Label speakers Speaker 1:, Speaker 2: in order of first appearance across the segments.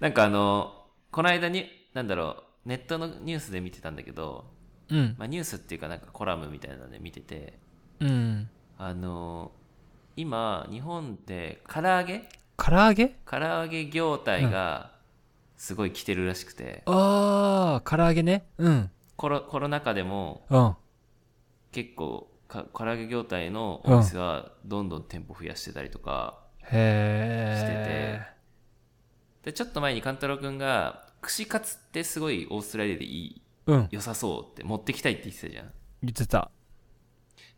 Speaker 1: なんかあの、この間に、なんだろう、ネットのニュースで見てたんだけど、
Speaker 2: うん。
Speaker 1: まあ、ニュースっていうかなんかコラムみたいなので見てて、
Speaker 2: うん。
Speaker 1: あの、今、日本で唐揚げ
Speaker 2: 唐揚げ
Speaker 1: 唐揚げ業態がすごい来てるらしくて、
Speaker 2: ああ、唐揚げね。うん。
Speaker 1: コロコロナ禍でも
Speaker 2: うん。
Speaker 1: 結構か唐揚げ業態のお店はどんどん店舗増やしてたりとか、
Speaker 2: へえ。
Speaker 1: でちょっと前に勘太郎くんが串カツってすごいオーストラリアでいい
Speaker 2: うん。
Speaker 1: 良さそうって持ってきたいって言ってたじゃん
Speaker 2: 言ってた。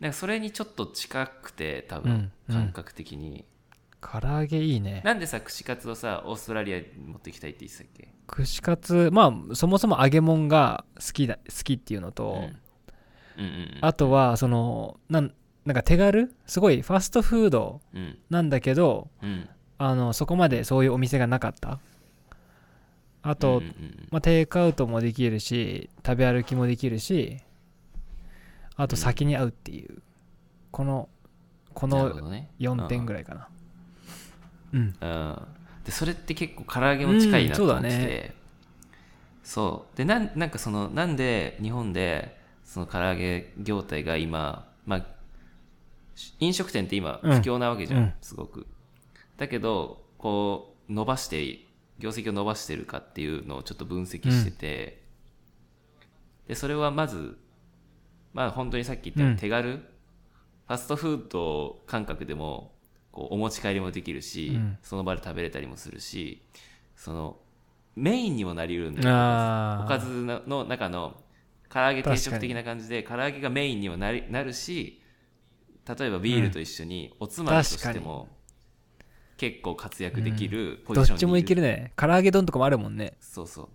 Speaker 1: なんかそれにちょっと近くて多
Speaker 2: う
Speaker 1: 分
Speaker 2: んうん
Speaker 1: 感覚的に、
Speaker 2: 唐揚げいいね。
Speaker 1: なんでさ串カツをさオーストラリアに持ってきたいって言ってたっけ
Speaker 2: 串カツ、まあ、そもそも揚げ物が好きだ、好きっていうの
Speaker 1: うん
Speaker 2: と、
Speaker 1: うんうん
Speaker 2: あとは、その、なん、なんか手軽すごいファストフード
Speaker 1: うん
Speaker 2: なんだけど、
Speaker 1: うん
Speaker 2: あの、そこまでそういうお店がなかった。あ
Speaker 1: うんう
Speaker 2: と、
Speaker 1: んうん
Speaker 2: まあ、テイクアウトもできるし食べ歩きもできるしあと先に会うっていう、このこ
Speaker 1: なるほ
Speaker 2: の
Speaker 1: どね
Speaker 2: 4点ぐらいかなうん
Speaker 1: うんでそれって結構唐揚げも近いなと思ってて、
Speaker 2: うんそうだ
Speaker 1: そうでなんなんかそのなんで日本でその唐揚げ業態が今、まあ、し飲食店って今不
Speaker 2: うん
Speaker 1: 況なわけじゃん、
Speaker 2: うん
Speaker 1: すごくだけどこう伸ばして業績を伸ばしてるかっていうのをちょっと分析してて、でそれはまずまあ本当にさっき言ったよう
Speaker 2: う
Speaker 1: に
Speaker 2: ん
Speaker 1: 手軽、ファストフード感覚でもこうお持ち帰りもできるし、
Speaker 2: うん
Speaker 1: その場で食べれたりもするしそのメインにもなりうるんだよ
Speaker 2: あ
Speaker 1: お
Speaker 2: ー
Speaker 1: かずのの中の唐揚げ定食的な感じで唐揚げがメインにもなりなるし例えばビールと一緒におつまみとしても結構活躍できるポ
Speaker 2: ど
Speaker 1: ジ
Speaker 2: っ
Speaker 1: ションにいる、
Speaker 2: ちもいけるね唐揚げ丼とかもあるもんね
Speaker 1: そうそ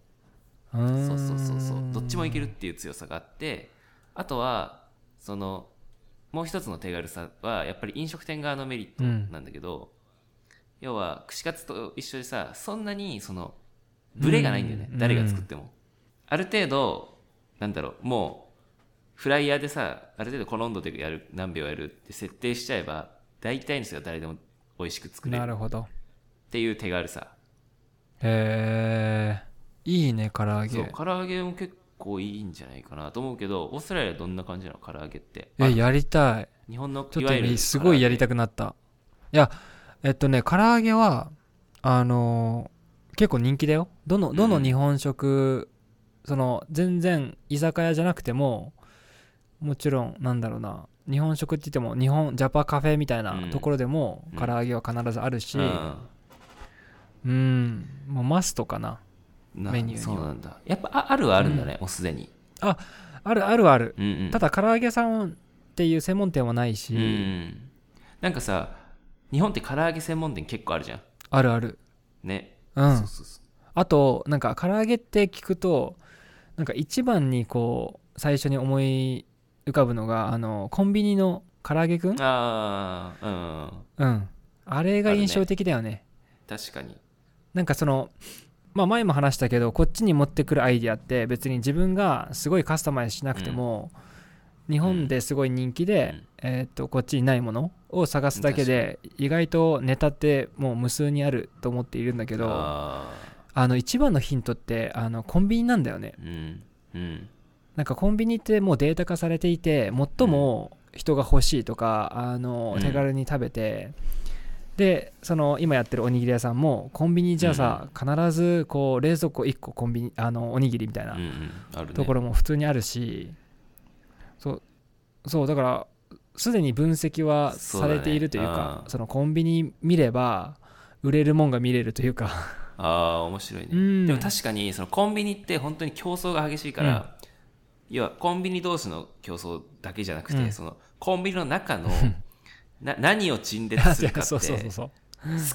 Speaker 1: う
Speaker 2: うーん
Speaker 1: そうそうそうそうどっちもいけ
Speaker 2: る
Speaker 1: るっていう強さがあってあとはそのもう一つの手軽さはやっぱり飲食店側のメリットなんだけど、要は串カツと一緒でさそんなにそのブレがないんだよね、
Speaker 2: うん
Speaker 1: 誰が作っても、ある程度なんだろうもうフライヤーでさある程度この温度でやる何秒やるって設定しちゃえば大体の人が誰でも美味しく作れ
Speaker 2: な
Speaker 1: る
Speaker 2: るほど
Speaker 1: っていう手軽さ
Speaker 2: へえいいね唐揚
Speaker 1: そう
Speaker 2: げ
Speaker 1: 唐揚げも結構いいんじゃないかなと思うけどオーストラリアはどんな感じなの唐揚げってあ
Speaker 2: えやりたい
Speaker 1: 日本の
Speaker 2: ちょっ
Speaker 1: い
Speaker 2: と
Speaker 1: わゆる
Speaker 2: 今すごいやりた
Speaker 1: く
Speaker 2: くなったいやえっとね唐揚げはあのー結構人気だよどのど
Speaker 1: う
Speaker 2: の
Speaker 1: ん
Speaker 2: 日本食、その全然居酒屋じゃなくてももちろんなんだろうな日本食って言っても日本ジャパカフェみたいなところでも
Speaker 1: うん
Speaker 2: 唐揚げは必ずあるし
Speaker 1: う
Speaker 2: うんん、もうマストかな
Speaker 1: な
Speaker 2: メニューに
Speaker 1: そうなんだやっぱああるはあるんだね、もうすでに、
Speaker 2: あるあるある、
Speaker 1: うんうん、
Speaker 2: ただ唐揚げさんっていう専門店はないし、
Speaker 1: うんうんなんかさ日本って唐揚げ専門店結構あるじゃん
Speaker 2: あるある
Speaker 1: ね、
Speaker 2: うん
Speaker 1: そうそうそ
Speaker 2: あとなんか唐揚げって聞くとなんか一番にこう最初に思い浮かぶのがあのコンビニの唐揚げくん
Speaker 1: うああうん
Speaker 2: うんあれが印象的だよね
Speaker 1: 確かに
Speaker 2: なんかそのまあ前も話したけどこっちに持ってくるアイディアって別に自分がすごいカスタマイズしなくても、日本ですごい人気で、えーっとこっちにないものを探すだけで意外とネタってもう無数にあると思っているんだけどあ
Speaker 1: あ
Speaker 2: の一番のヒントってあのコンビニなんだよね
Speaker 1: ーうんうん
Speaker 2: なんかコンビニってもうデータ化されていて最も人が欲しいとか、あの
Speaker 1: うん
Speaker 2: 手軽に食べて、でその今やってるおにぎり屋さんもコンビニじゃさ、必ずこう冷蔵庫1個コンビニあのおにぎりみたい
Speaker 1: うんう
Speaker 2: なん
Speaker 1: あるね
Speaker 2: とこ
Speaker 1: ろ
Speaker 2: ろも普通にあるし、そうそうだからすでに分析はされているという
Speaker 1: そうだね
Speaker 2: か
Speaker 1: うん
Speaker 2: そのコンビニ見れば売れるもんが見れるというか、
Speaker 1: ああ面白いね、
Speaker 2: うん
Speaker 1: でも確かにそのコンビニって本当に競争が激しいから、要はコンビニ同士の競争だけじゃなくて、
Speaker 2: うん
Speaker 1: そのコンビニの中のな 何を陳列するかっ
Speaker 2: そうそうそ
Speaker 1: て
Speaker 2: うそう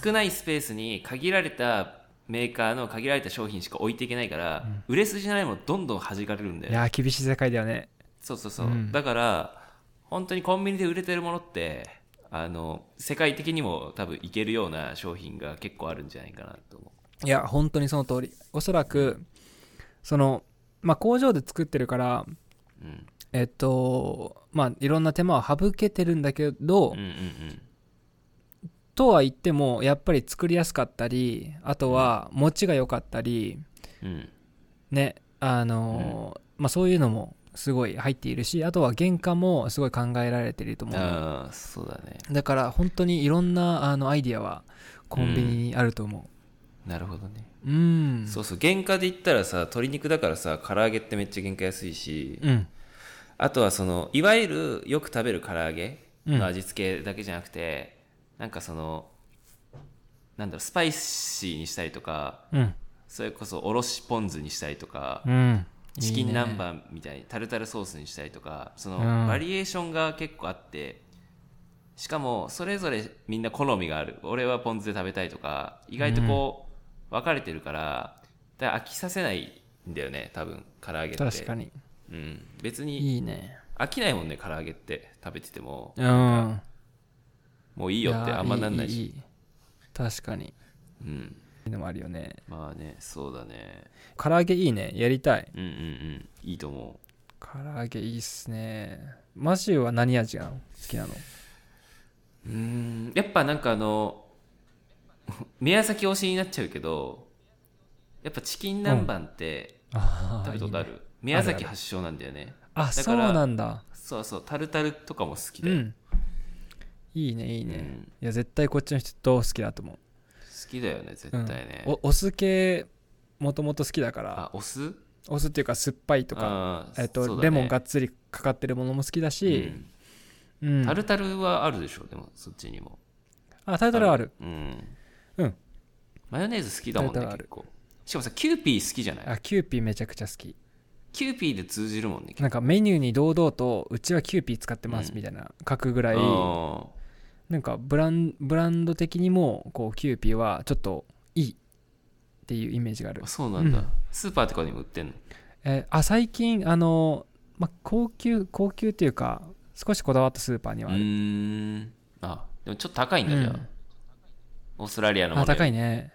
Speaker 1: 少ないスペースに限られたメーカーの限られた商品しか置いていけないから、売れ筋じゃないものどんどん弾かれるんだ
Speaker 2: い
Speaker 1: よ
Speaker 2: やー厳しい世界だよね
Speaker 1: そうそうそう、
Speaker 2: うん
Speaker 1: だから本当にコンビニで売れてるものってあの世界的にも多分いけるような商品が結構あるんじゃないかなと思
Speaker 2: いや本当にその通りおそらくそのまあ工場で作ってるから
Speaker 1: う、うん、
Speaker 2: えっとまあいろんな手間は省けてるんだけど、
Speaker 1: うんうんうん
Speaker 2: とは言ってもやっぱり作りやすかったりあとは持ちが良かったり
Speaker 1: うん
Speaker 2: ねあのーまあそういうのもすごい入っているしあとは原価もすごい考えられていると思う
Speaker 1: ああそうだね
Speaker 2: だから本当にいろんなあのアイディアはコンビニにあると思
Speaker 1: なるほどね、
Speaker 2: ううん
Speaker 1: そうそう原価で言ったらさ鶏肉だからさ唐揚げってめっちゃ原価安いし、
Speaker 2: うん
Speaker 1: あとはそのいわゆるよく食べる唐揚げの味付けだけじゃなくて、なんかそのなんだろうスパイシーにしたりとか
Speaker 2: うん
Speaker 1: それこそおろしポン酢にしたりとか、
Speaker 2: うん
Speaker 1: チキン南
Speaker 2: ー
Speaker 1: 蛮みたいにタルタルソースにしたりとかその
Speaker 2: うん
Speaker 1: バリエーションが結構あってしかもそれぞれみんな好みがある俺はポン酢で食べたいとか意外とこう分かれてるからだから飽きさせないんだよね多分唐揚げって
Speaker 2: 確かに
Speaker 1: うん、別に
Speaker 2: いいね
Speaker 1: 飽きないもんね唐揚げって食べてても
Speaker 2: うん
Speaker 1: もうい
Speaker 2: い
Speaker 1: いよってあんまなんないし
Speaker 2: やいいいい確かにい
Speaker 1: うん
Speaker 2: いのもあるよね
Speaker 1: まあねそうだね
Speaker 2: 唐揚げいいねやりたい
Speaker 1: うんうんうんいいと思う
Speaker 2: 唐揚げいいっすねマシューは何味が好きなの
Speaker 1: うーんやっぱなんかあの 宮崎推しになっちゃうけどやっぱチキン南蛮って
Speaker 2: あ
Speaker 1: 食べたことある、宮崎発祥なんだよね
Speaker 2: あ
Speaker 1: だ
Speaker 2: そ
Speaker 1: か
Speaker 2: う
Speaker 1: ら
Speaker 2: なんだ
Speaker 1: そうそうタルタルとかも好き
Speaker 2: う
Speaker 1: で、
Speaker 2: んいいねいいね、
Speaker 1: うん
Speaker 2: いや絶対こっちの人好きだと思う
Speaker 1: 好きだよね絶対ね、
Speaker 2: うん、おお酢系もともと好きだから
Speaker 1: あお酢
Speaker 2: お酢っていうか酸っぱいとか、
Speaker 1: か
Speaker 2: えっとレモンがっつりかかってるものも好きだし、うん
Speaker 1: タルタルはあるでしょでもそっちにも
Speaker 2: あタルタルはある
Speaker 1: うん、
Speaker 2: うん
Speaker 1: マヨネーズ好きだもん
Speaker 2: タ
Speaker 1: ね
Speaker 2: ルタルある
Speaker 1: 結構しかもさキューピー好きじゃない
Speaker 2: あキューピーめちゃくちゃ好き
Speaker 1: キューピーで通じるもんね結構
Speaker 2: なんかメニューに堂々とうちはキューピー使ってますみたいな書くぐらい、なんかブランブランド的にもこうキューピーはちょっといいっていうイメージがある
Speaker 1: あー、そうなんだ、
Speaker 2: うん
Speaker 1: スーパーとかにも売ってんの
Speaker 2: えーあ最近あの、まあ、高級高級っていうか少しこだわったスーパーに
Speaker 1: う
Speaker 2: はある、
Speaker 1: ーんあでもちょっと高いんだ、
Speaker 2: うん
Speaker 1: じゃあオーストラリアのも
Speaker 2: あ
Speaker 1: の
Speaker 2: 高い
Speaker 1: ね
Speaker 2: ね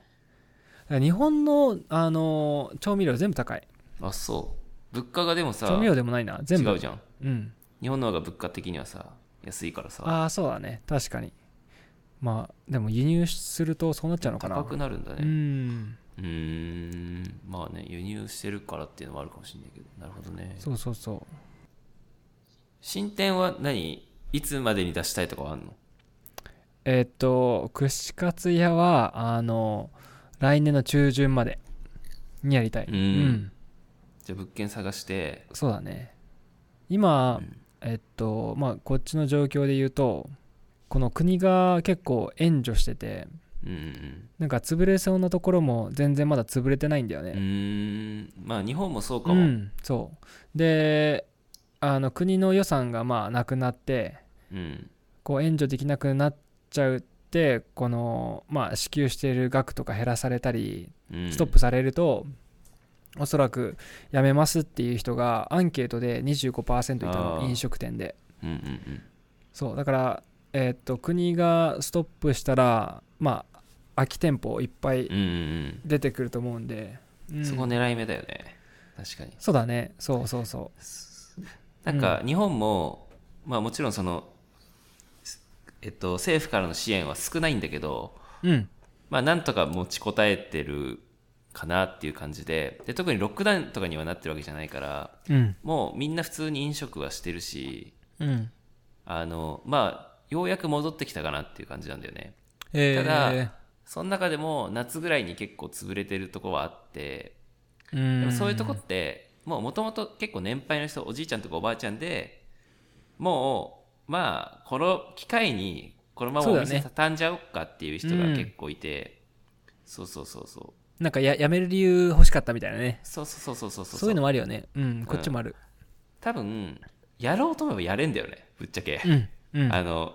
Speaker 2: だから日本のあの調味料全部高い
Speaker 1: あそう物価がでもさ
Speaker 2: 調味料でもないな全部
Speaker 1: 違うじゃん
Speaker 2: うん
Speaker 1: 日本の方が物価的にはさ安いからさ
Speaker 2: ああそうだね確かにまあでも輸入するとそうなっちゃうのかな
Speaker 1: 高くなるんだ
Speaker 2: う
Speaker 1: ね
Speaker 2: ん
Speaker 1: うーんまあね輸入してるからっていうのもあるかもしれないけどなるほどね
Speaker 2: そうそうそう
Speaker 1: 進展は何いつまでに出したいとかはあんの
Speaker 2: えっと串カツ屋はあの来年の中旬までにやりたい
Speaker 1: うんじゃあ物件探して
Speaker 2: そうだね今、
Speaker 1: うん
Speaker 2: えっとまあこっちの状況で言うとこの国が結構援助してて
Speaker 1: うんうん
Speaker 2: なんか潰れそうなところも全然まだ潰れてないんだよ
Speaker 1: う
Speaker 2: ね
Speaker 1: んうーんまあ日本もそうか
Speaker 2: う
Speaker 1: も、うん
Speaker 2: んそうであの国の予算がまあなくなってこう援助できなくなっちゃうってこのまあ支給している額とか減らされたり
Speaker 1: うん
Speaker 2: ストップされると、おそらく辞めますっていう人がアンケートで25%いた
Speaker 1: あ
Speaker 2: の
Speaker 1: ー
Speaker 2: 飲食店で
Speaker 1: うんうんうん
Speaker 2: そうだから、えーっと国がストップしたらまあ空き店舗いっぱい
Speaker 1: うんうん
Speaker 2: 出てくると思うんで、う
Speaker 1: うんんそこ狙い目だよね確かに
Speaker 2: そうだねそうそうそ
Speaker 1: なんか日本も、まあもちろんそのえっと政府からの支援は少ないんだけど
Speaker 2: ううん
Speaker 1: まあなんとか持ちこたえてるかなっていう感じでで特にロックダウンとかにはなってるわけじゃないから
Speaker 2: うん
Speaker 1: もうみんな普通に飲食はしてるし
Speaker 2: うん
Speaker 1: あのまあようやく戻ってきたかなっていう感じなんだよね
Speaker 2: えー、
Speaker 1: ただその中でも夏ぐらいに結構潰れてるとこはあってでもそういうとこってもうもともと結構年配の人おじいちゃんとかおばあちゃんでもうまあこの機会にこのままお
Speaker 2: そうだ
Speaker 1: 店
Speaker 2: ね
Speaker 1: 畳んじゃおうかっていう人が結構いてそうそうそうそう
Speaker 2: なんかや辞める理由欲しかったみたいなね
Speaker 1: そうそうそうそうそう
Speaker 2: そう
Speaker 1: そう
Speaker 2: いうのもあるよねうんこっちもある
Speaker 1: 多分やろうと思えばやれんだよねぶっちゃけ、
Speaker 2: うんうん
Speaker 1: あの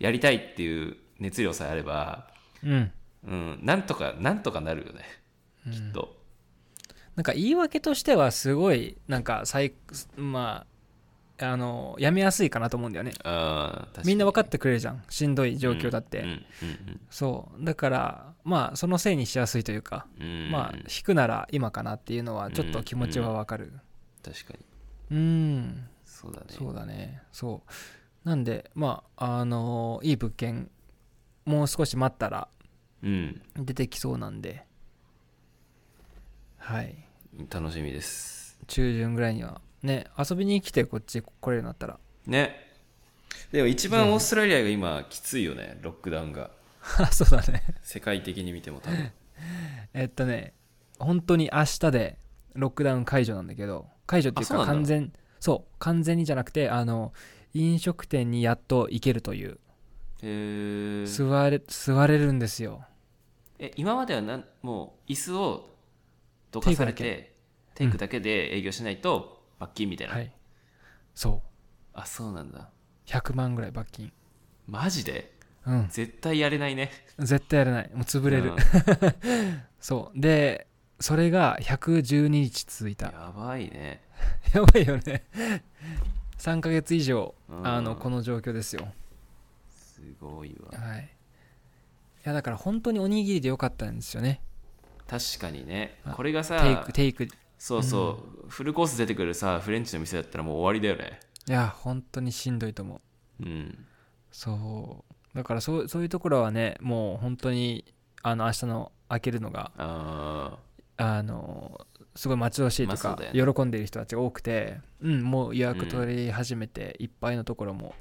Speaker 1: やりたいっていう熱量さえあれば
Speaker 2: うん
Speaker 1: うんなんとかなんとかなるよねきっと、
Speaker 2: なんか言い訳としてはすごいなんか最まああのやめやすいかなと思うんだよね
Speaker 1: あー確かに
Speaker 2: みんな分かってくれるじゃんしんどい状況だって、
Speaker 1: うん
Speaker 2: そうだからまあそのせいにしやすいというか、
Speaker 1: うんうんうん
Speaker 2: まあ引くなら今かなっていうのはちょっと気持ちは分かる
Speaker 1: 確かに
Speaker 2: うん、
Speaker 1: そうだね
Speaker 2: そうだねそうなんでまああのいい物件もう少し待ったら
Speaker 1: うん
Speaker 2: 出てきそうなんではい
Speaker 1: 楽しみです
Speaker 2: 中旬ぐらいにはね遊びに来てこっち来れるようになったら
Speaker 1: ねでも一番オーストラリアが今きついよねロックダウンが
Speaker 2: あ そうだね
Speaker 1: 世界的に見ても多分
Speaker 2: えっとね本当に明日でロックダウン解除なんだけど解除ってい
Speaker 1: あ
Speaker 2: う
Speaker 1: そ
Speaker 2: か
Speaker 1: うなんだ
Speaker 2: 完全そう完全にじゃなくてあの飲食店にやっと行けるという
Speaker 1: へー
Speaker 2: 座れ座れるんですよ
Speaker 1: え今まではなんもう椅子をどかされてテイクだけで営業しないと罰金みたいな、
Speaker 2: はいそう
Speaker 1: あそうなんだ
Speaker 2: 100万ぐらい罰金
Speaker 1: マジで
Speaker 2: うん
Speaker 1: 絶対やれないね
Speaker 2: 絶対やれないもう潰れる、
Speaker 1: うん
Speaker 2: そうでそれが112日続いた
Speaker 1: やばいね
Speaker 2: やばいよね3ヶ月以上
Speaker 1: うん
Speaker 2: あのこの状況ですよ
Speaker 1: すごいわ
Speaker 2: はいいやだから本当におにぎりでよかったんですよね
Speaker 1: 確かにね
Speaker 2: あ
Speaker 1: これが
Speaker 2: テイク
Speaker 1: さ
Speaker 2: テイクい
Speaker 1: そうそう、フルコース出てくるさフレンチの店だったらもう終わりだよね
Speaker 2: や本当にしんどいと思う
Speaker 1: うん
Speaker 2: そうだからそうそういうところはねもう本当にあの明日の開けるのが
Speaker 1: あ
Speaker 2: あのすごい待ち遠しいと
Speaker 1: まあ
Speaker 2: か
Speaker 1: そう、だよ
Speaker 2: 喜んでいる人たちが多くて、うん、もう予約取り始めていっぱいのところも、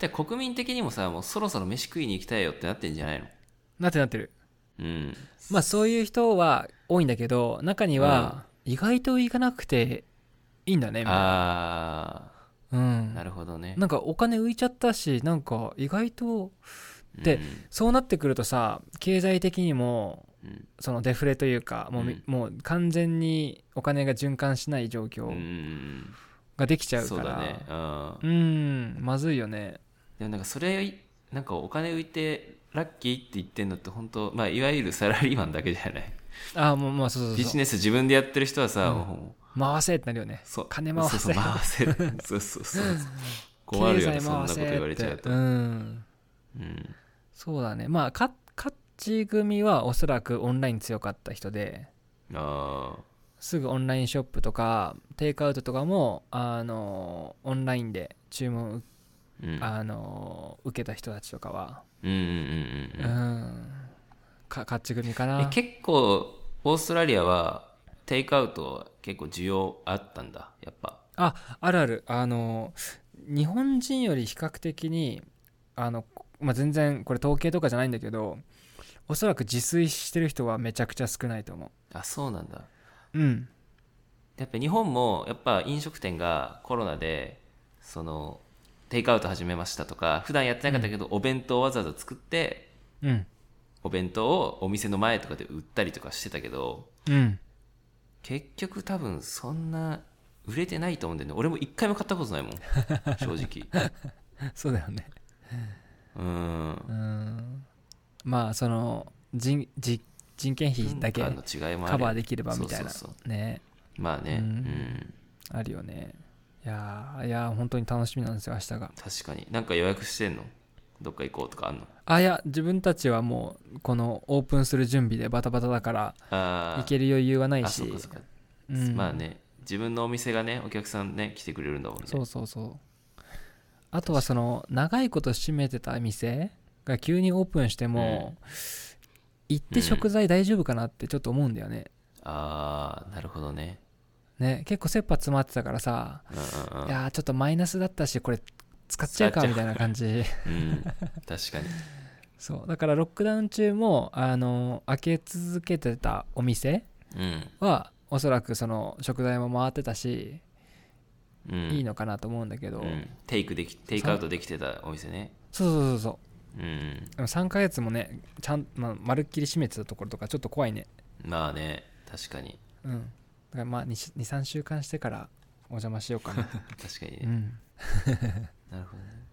Speaker 1: ーで国民的にもさもうそろそろ飯食いに行きたいよってなってんじゃないの
Speaker 2: なってなってる
Speaker 1: うん
Speaker 2: まあそういう人は多いんだけど中には意外と行かなくていいんだねみたいな
Speaker 1: あ
Speaker 2: う
Speaker 1: あ
Speaker 2: ん
Speaker 1: なるほどね
Speaker 2: なんかお金浮いちゃったしなんか意外とで
Speaker 1: うん
Speaker 2: そうなってくるとさ経済的にも
Speaker 1: うん
Speaker 2: そのデフレというかもう,、
Speaker 1: うん
Speaker 2: もう完全にお金が循環しない状
Speaker 1: うんうんう
Speaker 2: 況
Speaker 1: ん
Speaker 2: ができちゃう
Speaker 1: そ
Speaker 2: か
Speaker 1: う
Speaker 2: ら
Speaker 1: だねうん
Speaker 2: うんまずいよね
Speaker 1: でもなんかそれなんかお金浮いてラッキーって言ってんのって本当まあいわゆるサラリーマンだけじゃない
Speaker 2: ああもうまあそうそう
Speaker 1: ビ
Speaker 2: そ
Speaker 1: ジ
Speaker 2: う
Speaker 1: ネス自分でやってる人はさ、もう
Speaker 2: 回せってなるよね
Speaker 1: そう
Speaker 2: 金回せ
Speaker 1: そうそう回せそうそうそう困るよね
Speaker 2: 経済
Speaker 1: そんな
Speaker 2: 回
Speaker 1: こ
Speaker 2: せ
Speaker 1: と言われちゃう
Speaker 2: って
Speaker 1: と、
Speaker 2: うん
Speaker 1: うん
Speaker 2: そうだねまあか勝ち組はおそらくオンライン強かった人で
Speaker 1: あ
Speaker 2: すぐオンラインショップとかテイクアウトとかもあのオンラインで注文、
Speaker 1: ーうん
Speaker 2: あの受けた人たちとかは
Speaker 1: うんうん
Speaker 2: う
Speaker 1: うん
Speaker 2: ん、
Speaker 1: うん
Speaker 2: か勝ち組か
Speaker 1: え
Speaker 2: な
Speaker 1: 結構オーストラリアはテイクアウト結構需要あったんだやっぱ
Speaker 2: ああるあるあの日本人より比較的にあの、まあ、全然これ統計とかじゃないんだけどおそらく自炊してる人はめちゃくちゃ少ないと思
Speaker 1: あそうなんだ
Speaker 2: ううん
Speaker 1: やっぱ日本もやっぱ飲食店がコロナでそのテイクアウト始めましたとか普段やってなかったけど、お弁当をわざわざ作って
Speaker 2: うん
Speaker 1: お弁当をお店の前とかで売ったりとかしてたけど
Speaker 2: うん
Speaker 1: 結局多分そんな売れてないと思うんだよね俺も一回も買ったことないもん正 直
Speaker 2: そうだよね
Speaker 1: うーん
Speaker 2: うんまあその人人人件費だけ
Speaker 1: 文化の違いもあるよ
Speaker 2: カバーできればみたいな
Speaker 1: そうそう
Speaker 2: ね
Speaker 1: そうまあねう、
Speaker 2: うんんあるよねいやーいやー本当に楽しみなんですよ明日が
Speaker 1: 確かになんか予約してんのどっか行こうとかあんの
Speaker 2: あいや自分たちはもうこのオープンする準備でバタバタだから
Speaker 1: あ
Speaker 2: 行
Speaker 1: る
Speaker 2: ける余裕はない
Speaker 1: あ
Speaker 2: し
Speaker 1: そうかそうか、
Speaker 2: うん
Speaker 1: まあね自分のお店がねお客さんね来てくれるんだもんね
Speaker 2: そうそうそうあとはその長いこと閉めてた店が急にオープンしても、行って食材大丈夫かなってちょっと思うんだよね、
Speaker 1: ああなるほどね
Speaker 2: ね結構切羽詰まってたからさ
Speaker 1: うんうん
Speaker 2: いやーちょっとマイナスだったしこれ使っちゃ
Speaker 1: 使っ
Speaker 2: うか
Speaker 1: ちゃう
Speaker 2: みたいな感じ
Speaker 1: うん、うん、確かに
Speaker 2: そうだからロックダウン中もあの開け続けてたお店
Speaker 1: うん、
Speaker 2: はおそらくその食材も回ってたし、
Speaker 1: うん、
Speaker 2: いいのかなと思うんだけど、
Speaker 1: うん、テイクできテイクアウトできてたお店ね
Speaker 2: そうそうそうそ
Speaker 1: うん
Speaker 2: うでも3ヶ月もねちゃん、まあ、まるっきり閉めてたところとかちょっと怖いね
Speaker 1: まあね確かに
Speaker 2: うんだからまあ23週間してからお邪魔しようか な
Speaker 1: 確かにね、
Speaker 2: うん
Speaker 1: なるほどね